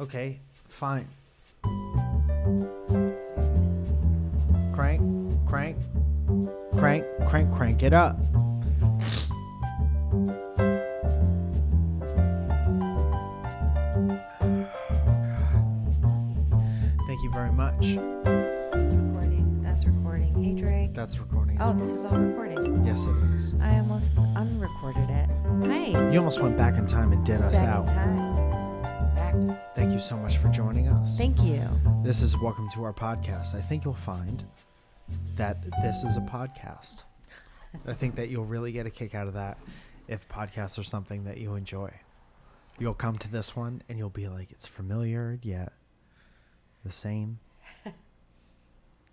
Okay, fine. Crank, crank, crank, crank, crank it up. Thank you very much. That's recording. That's recording. Hey, Drake. That's recording. Oh, this is all recording. yes, it is. I almost unrecorded it. Hi. You almost went back in time and did us Back out. in time. Back. Thank you so much for joining us. Thank you. This is Welcome to Our Podcast. I think you'll find that this is a podcast. I think that you'll really get a kick out of that if podcasts are something that you enjoy. You'll come to this one and you'll be like, it's familiar yet the same.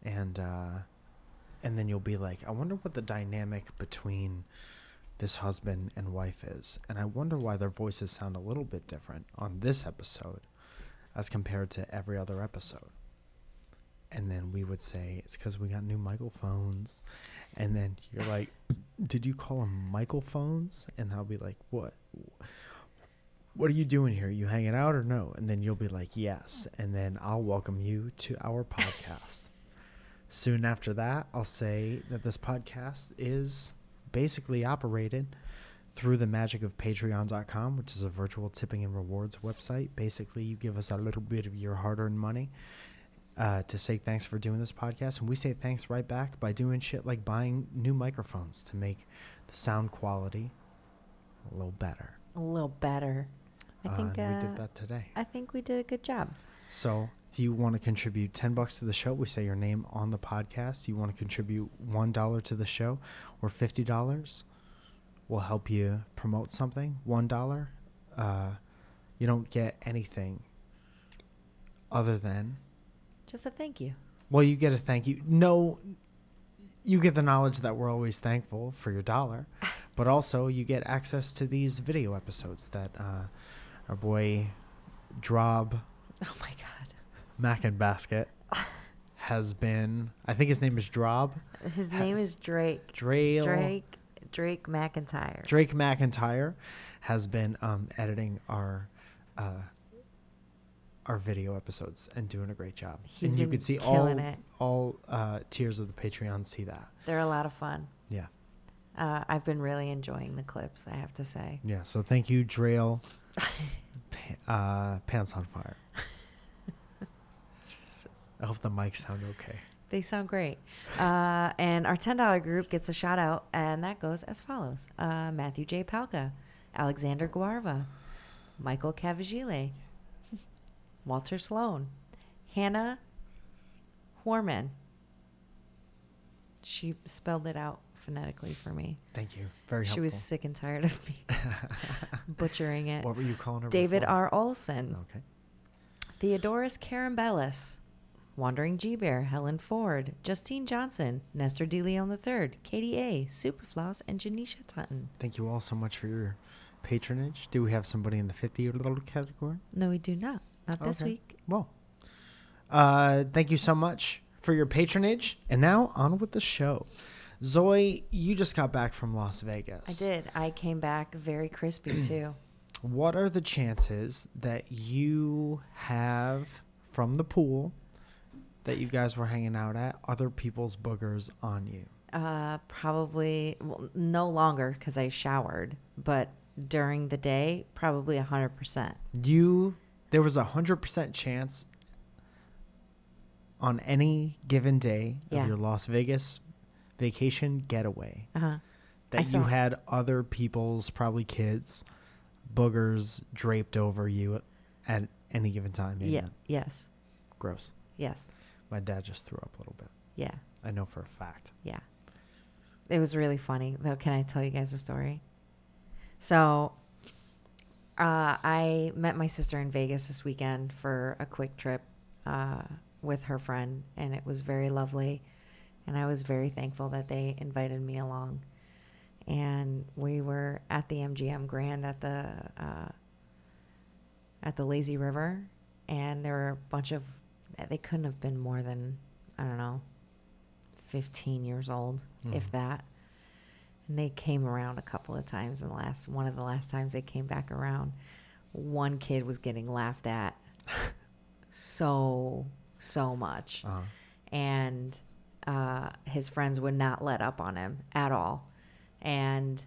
and uh, and then you'll be like, I wonder what the dynamic between this husband and wife is. And I wonder why their voices sound a little bit different on this episode as compared to every other episode. And then we would say it's because we got new Michael phones. And then you're like, "Did you call them Michael phones?" And I'll be like, "What? What are you doing here? You hanging out or no?" And then you'll be like, "Yes." And then I'll welcome you to our podcast. Soon after that, I'll say that this podcast is basically operated through the magic of patreon.com, which is a virtual tipping and rewards website. Basically, you give us a little bit of your hard earned money uh, to say thanks for doing this podcast. And we say thanks right back by doing shit like buying new microphones to make the sound quality a little better. A little better. I Uh, think. Uh, and we did that today. I think we did a good job. So if you want to contribute 10 bucks to the show, we say your name on the podcast. You want to contribute $1 to the show or $50, we'll help you promote something. $1, uh, you don't get anything other than, Just a thank you. well, you get a thank you. No, you get the knowledge that we're always thankful for your dollar, but also you get access to these video episodes that uh, our boy Drob Oh my God. Mac and Basket has been. I think his name is Drob. His name Has- is Drake. Drake. Drake. Drake McIntyre. Drake McIntyre has been um, editing our uh, our video episodes and doing a great job. He's and you been can see all killing it. all uh, tiers of the Patreon see that. They're a lot of fun. Yeah, Uh, I've been really enjoying the clips. I have to say. yeah. So thank you, Drail. Pa- uh, pants on fire. Jesus. I hope the mics sound okay. They sound great. Uh, and our $10 group gets a shout out, and that goes as follows uh, Matthew J. Palka, Alexander Guarva, Michael Cavagile, Walter Sloan, Hannah Horman. She spelled it out phonetically for me. Thank you. Very She helpful. was sick and tired of me butchering it. what were you calling her? David before? R. Olson. Okay. Theodorus Carambellis, Wandering G Bear, Helen Ford, Justine Johnson, Nestor De Leon III, Katie A, Superfloss, and Janisha Tutton. Thank you all so much for your patronage. Do we have somebody in the 50 little category? No, we do not. Not this Okay. week. Well, uh, thank you so much for your patronage. And now on with the show. Zoe, you just got back from Las Vegas. I did. I came back very crispy too. What are the chances that you have from the pool that you guys were hanging out at other people's boogers on you? Uh, probably well, no longer because I showered, but during the day, probably 100%. You, there was a 100% chance on any given day Yeah. of your Las Vegas vacation getaway Uh huh. I that you saw- had other people's, probably kids, boogers draped over you at any given time. Yeah. Amen. Yes. Gross. Yes. My dad just threw up a little bit. Yeah. I know for a fact. Yeah. It was really funny, though. Can I tell you guys a story? So, uh, I met my sister in Vegas this weekend for a quick trip uh, with her friend, and it was very lovely. And I was very thankful that they invited me along. And we were at the MGM Grand at the uh, at the Lazy River, and there were a bunch of they couldn't have been more than I don't know 15 years old, if that. And they came around a couple of times. And the last one of the last times they came back around, one kid was getting laughed at so so much Uh, and uh, his friends would not let up on him at all. And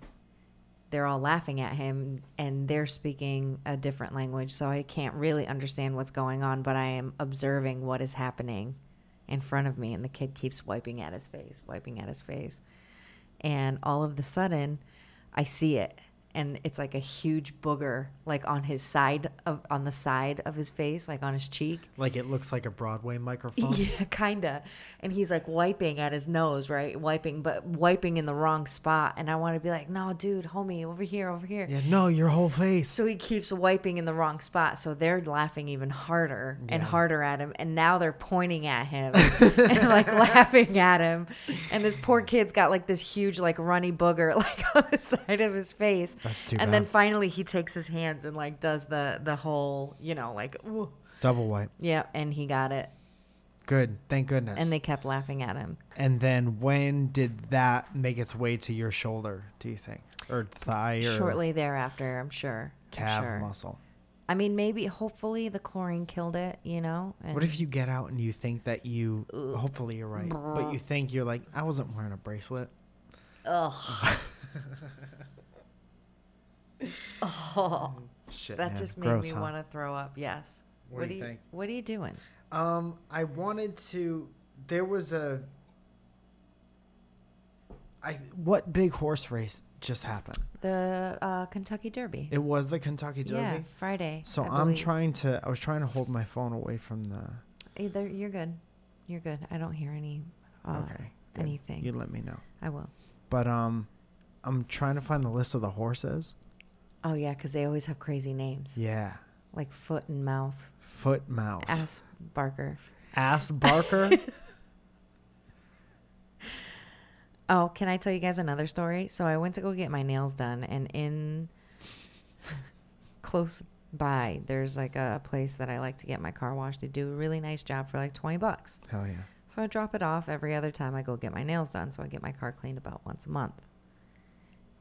they're all laughing at him, and they're speaking a different language, so I can't really understand what's going on, but I am observing what is happening in front of me, and the kid keeps wiping at his face, wiping at his face. And all of the sudden, I see it, and it's like a huge booger, like on his side of on the side of his face, like on his cheek. like it looks like a Broadway microphone. Yeah, kinda. And he's like wiping at his nose, right? Wiping, but wiping in the wrong spot. And I want to be like, no, dude, homie, over here, over here. Yeah, no, your whole face. So he keeps wiping in the wrong spot. So they're laughing even harder and Yeah. harder at him. And now they're pointing at him and like laughing at him. And this poor kid's got like this huge, like runny booger like on the side of his face. That's too and bad. then finally he takes his hands and like does the the whole, you know, like, ooh. Double wipe. yeah. And he got it. Good. Thank goodness. And they kept laughing at him. And then when did that make its way to your shoulder, do you think? Or thigh or shortly thereafter i'm sure I'm calf sure. muscle? i mean maybe hopefully the chlorine killed it you know and What if you get out and you think that you, hopefully you're right, but you think you're like, I wasn't wearing a bracelet. Ugh. oh Shit. that man. just made Gross, me huh? want to throw up yes What do you think? what are you doing Um, I wanted to. There was a. I what big horse race just happened? the uh, kentucky derby It was the Kentucky Derby. yeah friday So I I'm believe. trying to. I was trying to hold my phone away from the. either you're good you're good i don't hear any uh, okay. good. anything. You let me know. i will But um, I'm trying to find the list of the horses. oh yeah because they always have crazy names Yeah. like foot and mouth Foot mouth. ass barker Ass Barker. Oh, can I tell you guys another story? So I went to go get my nails done, and in close by, there's like a place that I like to get my car washed. They do a really nice job for like 20 bucks. Hell yeah. So I drop it off every other time I go get my nails done. So I get my car cleaned about once a month.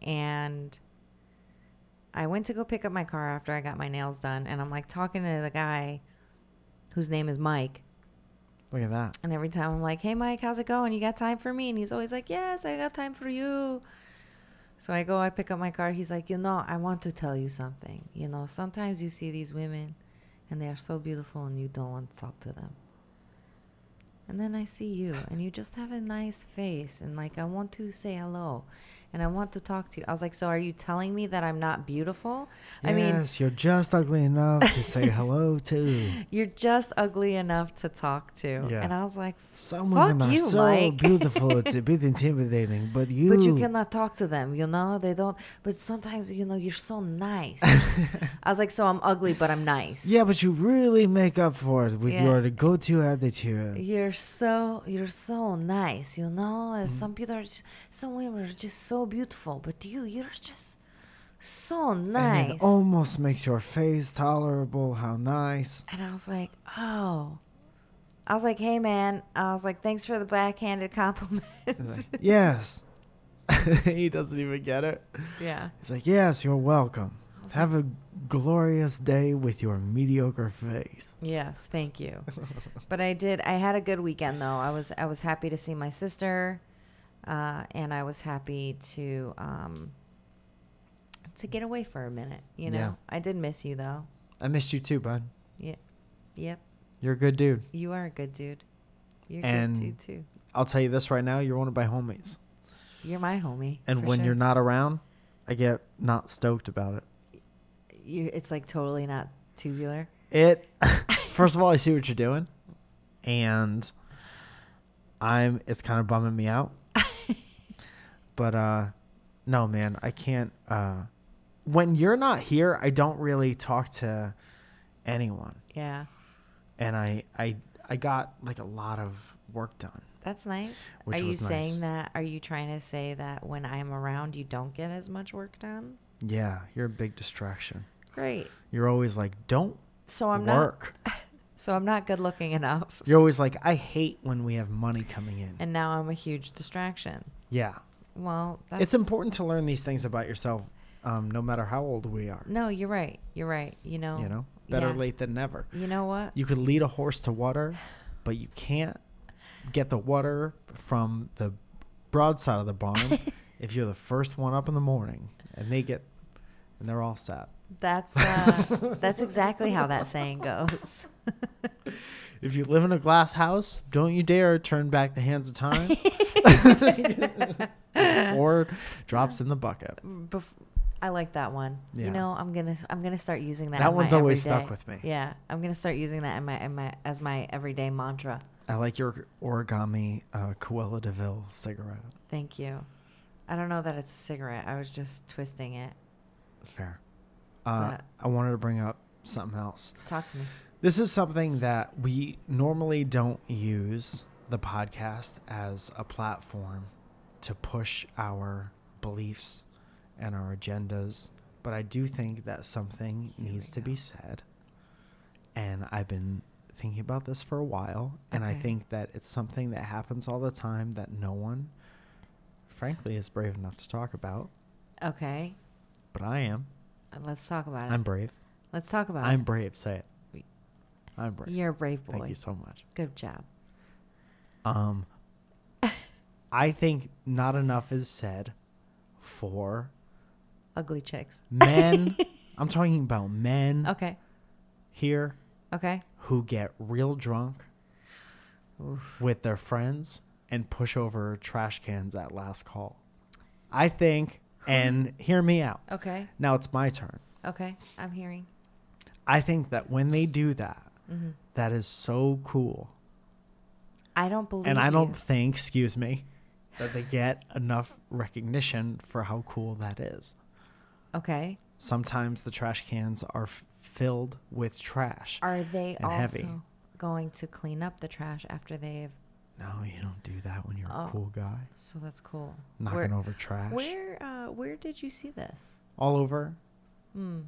And I went to go pick up my car after I got my nails done, and I'm like talking to the guy whose name is Mike. Look at that. And every time I'm like, hey, Mike, how's it going? You got time for me? And he's always like, yes, I got time for you. So I go, I pick up my car. He's like, you know, I want to tell you something. You know, sometimes you see these women and they are so beautiful and you don't want to talk to them. And then I see you and you just have a nice face and like, I want to say hello and I want to talk to you. I was like, so are you telling me that I'm not beautiful? I mean, yes, you're just ugly enough to say hello to. you're just ugly enough to talk to. Yeah. And I was like, Some women Fuck are you, so Mike. beautiful. It's a bit intimidating, but you. But you cannot talk to them, you know? They don't. But sometimes, you know, you're so nice. I was like, so I'm ugly, but I'm nice. Yeah, but you really make up for it with Yeah. your go-to attitude. You're so you're so nice, you know. Uh, Mm-hmm. Some people are, just, some women are just so beautiful, but you you're just so nice. And oh it almost makes your face tolerable. How nice. And I was like, oh. I was like, hey man. I was like, thanks for the backhanded compliments. He's like, yes. he doesn't even get it. yeah. He's like, yes, you're welcome. Have a glorious day with your mediocre face. Yes, thank you. but I did. I had a good weekend though. I was I was happy to see my sister, uh, and I was happy to um, to get away for a minute. You know, Yeah. I did miss you though. I missed you too, bud. Yeah, yep. You're a good dude. You are a good dude. You're And- good dude too. I'll tell you this right now, you're one of my homies. You're my homie. And for when sure. you're not around, I get not stoked about it. you it's like totally not tubular. It first of all, I see what you're doing, and I'm it's kind of bumming me out. but uh, no, man, I can't. Uh, when you're not here, I don't really talk to anyone, Yeah, and I I I got like a lot of work done. that's nice. Which are you was nice. saying that? Are you trying to say that when I'm around, you don't get as much work done? Yeah, you're a big distraction. Great. You're always like, don't So I'm not. work. So I'm not good looking enough. You're always like, I hate when we have money coming in. And now I'm a huge distraction. yeah. Well, that's it's important to learn these things about yourself um, no matter how old we are. No, you're right. You're right. You know. You know, better Yeah. late than never. You know what? You could lead a horse to water, but you can't get the water from the broadside of the barn if you're the first one up in the morning and they get and they're all set. That's uh, that's exactly how that saying goes. If you live in a glass house, don't you dare turn back the hands of time or drops in the bucket. Bef- I like that one. Yeah. You know, I'm gonna I'm gonna start using that. That in my one's always everyday- stuck with me. Yeah, I'm gonna start using that in my, in my as my everyday mantra. I like your origami uh, Coella Deville cigarette. Thank you. I don't know that it's a cigarette. I was just twisting it. Fair. Uh, But- I wanted to bring up something else. Talk to me. This is something that we normally don't use the podcast as a platform to push our beliefs and our agendas, but I do think that something Here we needs to go. be said. And I've been thinking about this for a while, and I Okay. think that it's something that happens all the time that no one, frankly, is brave enough to talk about, Okay, but I am. uh, let's talk about it. I'm brave. let's talk about I'm it. brave. Say it. I'm brave. You're a brave boy. Thank you so much. Good job. Um, I think not enough is said for Ugly chicks. men. I'm talking about men Okay. here Okay. who get real drunk Oof. with their friends and push over trash cans at last call. I think, and hear me out. Okay. Now it's my turn. Okay. I'm hearing. I think that when they do that, Mhm. that is so cool. I don't believe. and I you. don't think, excuse me, that they get enough recognition for how cool that is. Okay. Sometimes the trash cans are f- filled with trash. Are they and also heavy. going to clean up the trash after they've? No, you don't do that when you're Oh. a cool guy. So that's cool. Knocking where, over trash. Where? Uh, where did you see this? All over, Mm,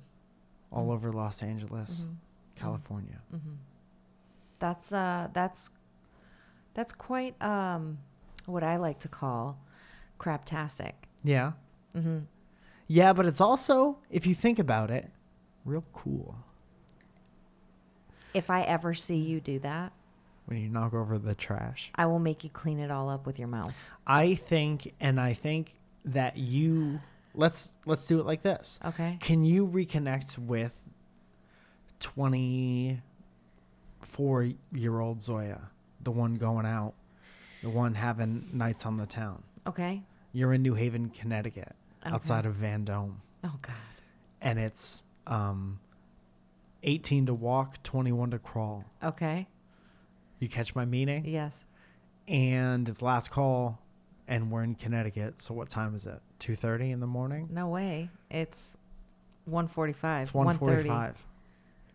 all over Los Angeles, Mm-hmm. Hmm. California. Mm. that's uh, that's that's quite um, what I like to call craptastic. Yeah. Mm-hmm. Yeah, but it's also, if you think about it, real cool If I ever see you do that, when you knock over the trash. I will make you clean it all up with your mouth. I think, and I think that you, let's let's do it like this. Okay. Can you reconnect with 24 year old Zoya? The one going out, the one having nights on the town. Okay. You're in New Haven, Connecticut, Okay. outside of Van Dome. Oh God. And it's um, 18 to walk, 21 to crawl. Okay. You catch my meaning? Yes. And it's last call, and we're in Connecticut. So what time is it? 2.30 in the morning? No way. It's one forty-five. It's 1:45. 1.45.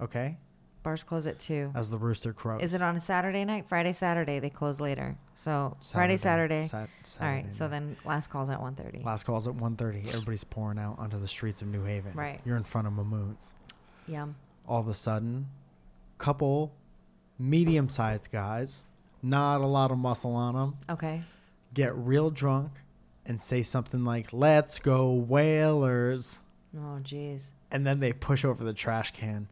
Okay? Bars close at two. As the rooster crows. Is it on a Saturday night? Friday, Saturday. They close later. So Friday, Saturday. Sat- All right. Saturday So night. then last call's at 1.30. last calls at 1.30. Everybody's pouring out onto the streets of New Haven. Right. You're in front of Mahmood's. Yum. All of a sudden, couple medium-sized guys, not a lot of muscle on them, Okay. get real drunk and say something like, let's go whalers. Oh, jeez. And then they push over the trash can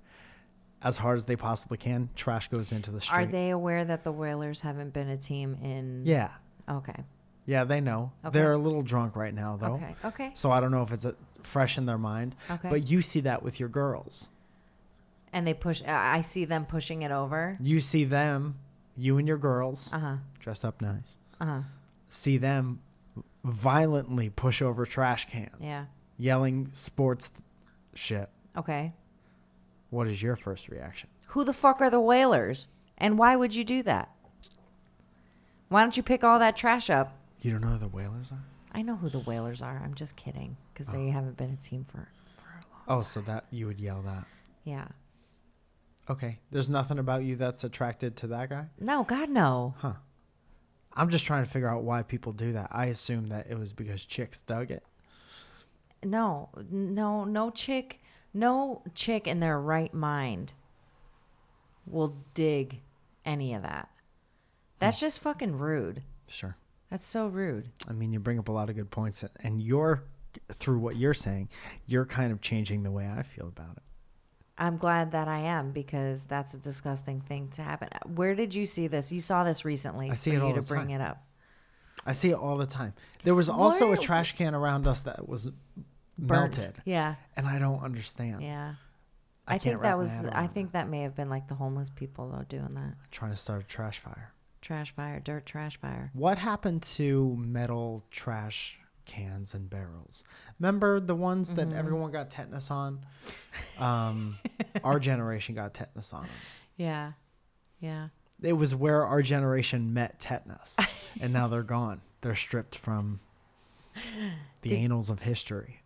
as hard as they possibly can. Trash goes into the street. Are they aware that the Whalers haven't been a team in... Yeah. Okay. Yeah, they know. Okay. They're a little drunk right now, though. Okay. Okay. So I don't know if it's uh fresh in their mind. Okay. But you see that with your girls. and they push... I I see them pushing it over. You see them, you and your girls, Uh-huh. dressed up nice, Uh-huh. see them violently push over trash cans. Yeah. Yelling sports th- shit. Okay. What is your first reaction? Who the fuck are the Whalers? And why would you do that? Why don't you pick all that trash up? You don't know who the whalers are? I know who the Whalers are. I'm just kidding. Because they haven't been a team for, for a long... Oh, so that you would yell that. Yeah. Okay. There's nothing about you that's attracted to that guy? No, God, no. Huh. I'm just trying to figure out why people do that. I assume that it was because chicks dug it. No, no, no chick, no chick in their right mind will dig any of that. That's Hmm. just fucking rude. Sure. That's so rude. I mean, you bring up a lot of good points, and your through what you're saying, you're kind of changing the way I feel about it. I'm glad that I am because that's a disgusting thing to happen. Where did you see this? You saw this recently. I see for it you all to the bring time. it up. I see it all the time. There was also What? a trash can around us that was Burnt. melted, Yeah. and I don't understand. Yeah. I I, can't think wrap my that was head I around think that may have been like the homeless people though doing that. Trying to start a trash fire. Trash fire, dirt trash fire. What happened to metal trash cans and barrels? Remember the ones Mm-hmm. that everyone got tetanus on? Um, our generation got tetanus on 'em. Yeah. Yeah. It was where our generation met tetanus, and now they're gone. They're stripped from the Did- annals of history.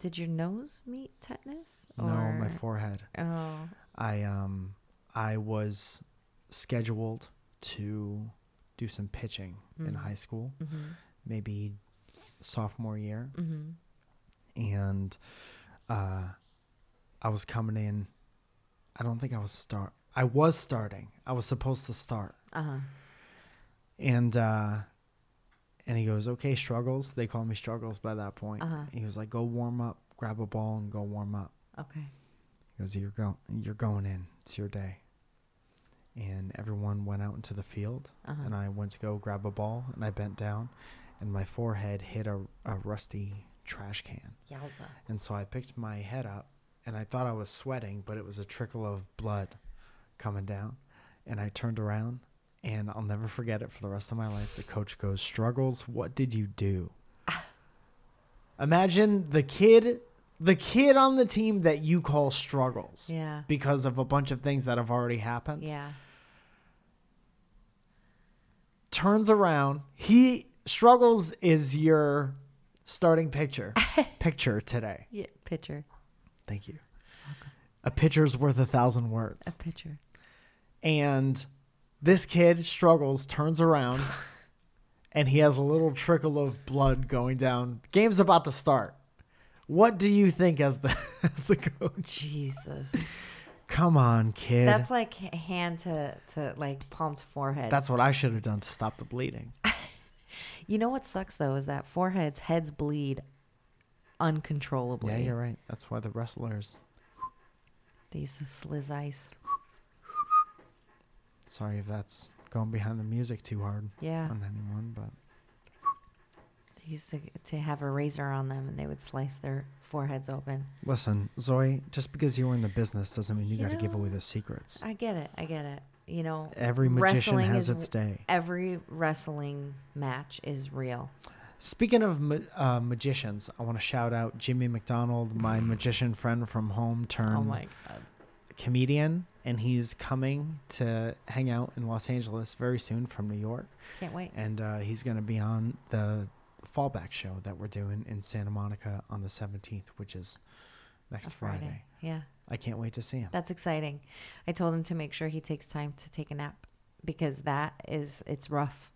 Did your nose meet tetanus? No, my Or- forehead. Oh. I um I was scheduled to do some pitching Mm. in high school, Mhm. maybe sophomore year, Mhm. and uh I was coming in I don't think I was start I was starting. I was supposed to start. Uh-huh. And uh and he goes, "Okay, struggles." They call me struggles by that point. Uh-huh. He was like, "Go warm up. Grab a ball and go warm up." Okay. Because you're going, you're going in. It's your day. And everyone went out into the field, Uh-huh. and I went to go grab a ball, and I bent down, and my forehead hit a, a rusty trash can, Yowza. and so I picked my head up, and I thought I was sweating, but it was a trickle of blood coming down, and I turned around, and I'll never forget it for the rest of my life. The coach goes, "Struggles, what did you do?" Imagine the kid, the kid on the team that you call struggles Yeah. because of a bunch of things that have already happened. Yeah. Turns around. He struggles is your starting picture picture today. Yeah, picture. Thank you. A picture's worth a thousand A words. picture. And this kid struggles, turns around, and he has a little trickle of blood going down. Game's about to start. What do you think as the as the coach? Jesus. Come on, kid. That's like h- hand to to like palm to forehead. That's what I should have done to stop the bleeding. you know what sucks though is that foreheads heads bleed uncontrollably. Yeah, you're right. That's why the wrestlers. They used to sliz ice. Sorry if that's going behind the music too hard Yeah. on anyone, but They used to to have a razor on them and they would slice their foreheads open. listen, Zoe, just because you were in the business doesn't mean you, You got to give know, away the secrets. I get it. I get it. You know, Every magician wrestling has is- its day. every wrestling match is real. Speaking of ma- uh, magicians, I want to shout out Jimmy McDonald, my magician friend from home turned oh my god. comedian, and he's coming to hang out in Los Angeles very soon from New York. Can't wait. and uh, he's going to be on the fallback show that we're doing in Santa Monica on the 17th, which is next A Friday. Yeah. I can't wait to see him. That's exciting. I told him to make sure he takes time to take a nap because that is it's rough.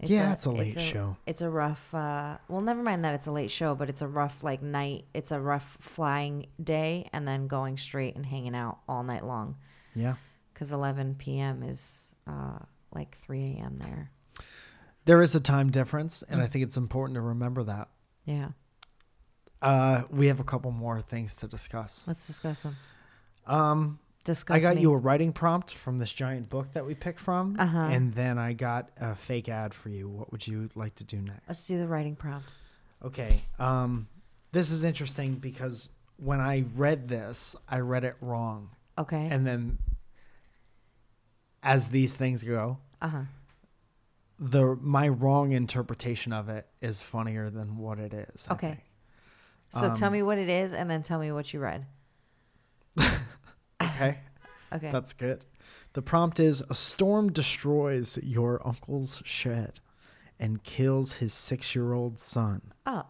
yeah, it's a late show. It's a rough. Uh, well, never mind that it's a late show, but it's a rough like night. It's a rough flying day, and then going straight and hanging out all night long Yeah. because 11 p.m. is uh, like 3 a.m. there. There is a time difference, and I think it's important to remember that. Yeah, Uh, we have a couple more things to discuss. let's discuss them. Um, Discuss. I got me. you a writing prompt from this giant book that we picked from, Uh-huh. and then I got a fake ad for you. What would you like to do next? Let's do the writing prompt. Okay. Um, this is interesting because when I read this, I read it wrong. Okay. And then as these things go, uh huh. the my wrong interpretation of it is funnier than what it is. I Okay. think. So tell um, me what it is, and then tell me what you read. Okay. Okay. That's good. The prompt is a storm destroys your uncle's shed and kills his 6-year-old son. oh.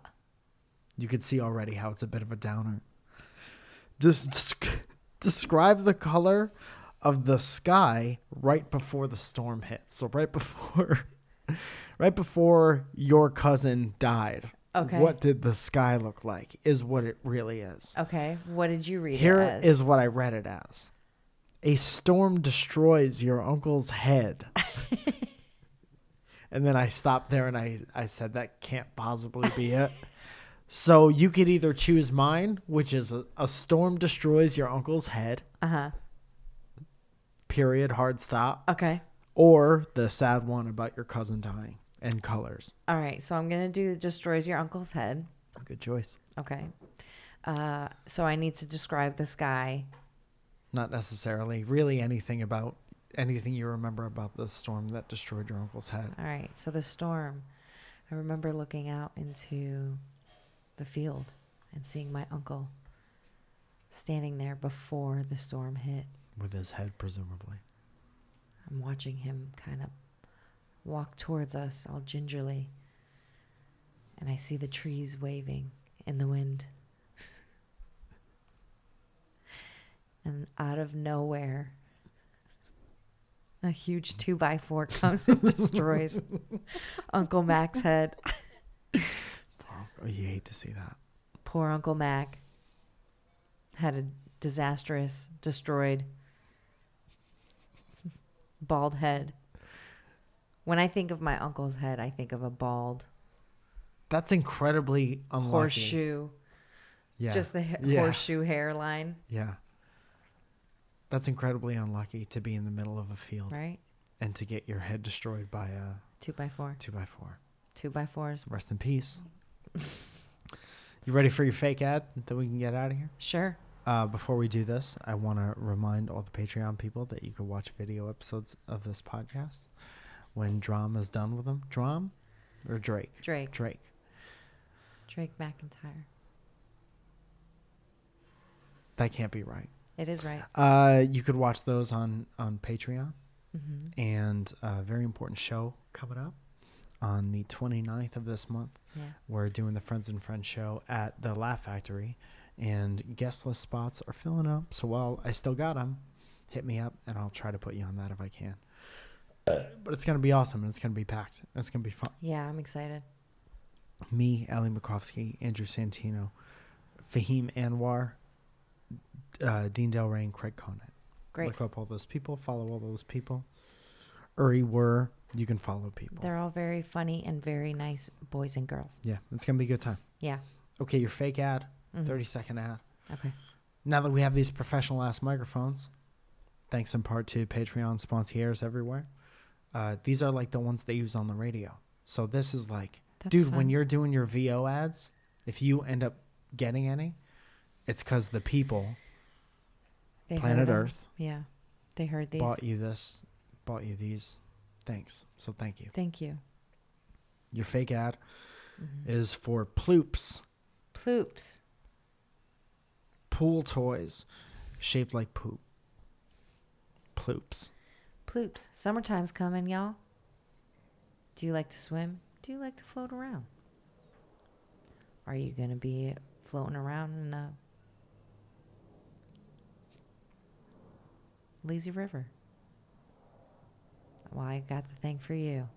You can see already how it's a bit of a downer. Just describe the color of the sky right before the storm hits. So right before right before your cousin died. Okay. What did the sky look like is what it really is. Okay. What did you read? Here it as? is what I read it as. A storm destroys your uncle's head. and then I stopped there and I, I said, that can't possibly be it. So you could either choose mine, which is a, a storm destroys your uncle's head, Uh huh. period, hard stop, Okay. or the sad one about your cousin dying and colors. All right. So I'm gonna do destroys your uncle's head. Good choice. Okay. Uh, so I need to describe this guy. Not necessarily really anything about anything you remember about the storm that destroyed your uncle's head. All right. So the storm. I remember looking out into the field and seeing my uncle standing there before the storm hit. With his head, presumably. I'm watching him kind of walk towards us all gingerly. And I see the trees waving in the wind. and out of nowhere, a huge two by four comes and destroys Uncle Mac's head. Oh, you hate to see that. Poor Uncle Mac had a disastrous, destroyed, bald head. When I think of my uncle's head, I think of a bald That's incredibly unlucky. horseshoe, Yeah. just the h- Yeah. horseshoe hairline, Yeah. That's incredibly unlucky to be in the middle of a field right? and to get your head destroyed by a Two by four, two by four. two by fours. Rest in peace. you ready for your fake ad? Then we can get out of here. Sure. Uh, before we do this, I want to remind all the Patreon people that you can watch video episodes of this podcast when Drum is done with them. Drum or Drake? Drake, Drake. Drake McIntyre. That can't be right. It is right. Uh, you could watch those on on Patreon. hmm and a very important show coming up on the 29th of this month. Yeah. We're doing the Friends and Friends show at the Laugh Factory, and guest list spots are filling up. So while I still got them, hit me up and I'll try to put you on that if I can. But it's going to be awesome and it's going to be packed. It's going to be fun. Yeah, I'm excited. Me, Ellie Makovsky, Andrew Santino, Fahim Anwar, uh, Dean Del Rey, and Craig Conant. Great. Look up all those people, follow all those people. Uri were, you can follow people. They're all very funny and very nice boys and girls. Yeah, it's gonna be a good time. Yeah. Okay, your fake ad, Mhm. thirty second ad. Okay. Now that we have these professional ass microphones, thanks in part to Patreon sponsors everywhere. Uh, these are like the ones they use on the radio. So this is like, That's dude, fun. when you're doing your VO ads, if you end up getting any, it's because the people, They heard Planet them. Earth, Yeah. They heard these. bought you this, bought you these. Thanks. So thank you. Thank you. Your fake ad is for Ploops. Ploops. pool toys shaped like poop. Ploops. Ploops. Summertime's coming, y'all. Do you like to swim? Do you like to float around? Are you going to be floating around in a lazy river? Well, I got the thing for you.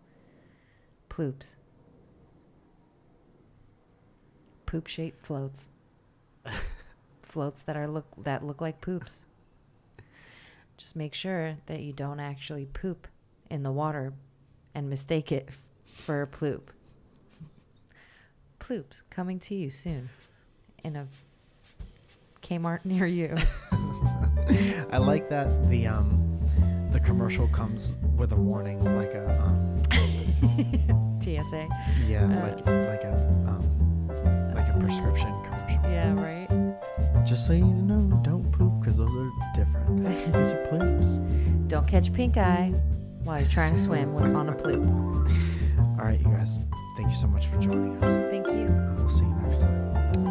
Ploops. Poop shaped floats. floats that are look that look like poops. Just make sure that you don't actually poop in the water and mistake it for a ploop. Ploops coming to you soon in a Kmart near you. I like that the um the commercial comes with a warning, like a um, TSA. yeah, Uh. like like a um, like a prescription commercial. Yeah, right. Just so you know, don't poop because those are different. These are ploops. Don't catch pink eye while you're trying to swim with on a ploop. All right, you guys. Thank you so much for joining us. Thank you. We'll see you next time. Bye.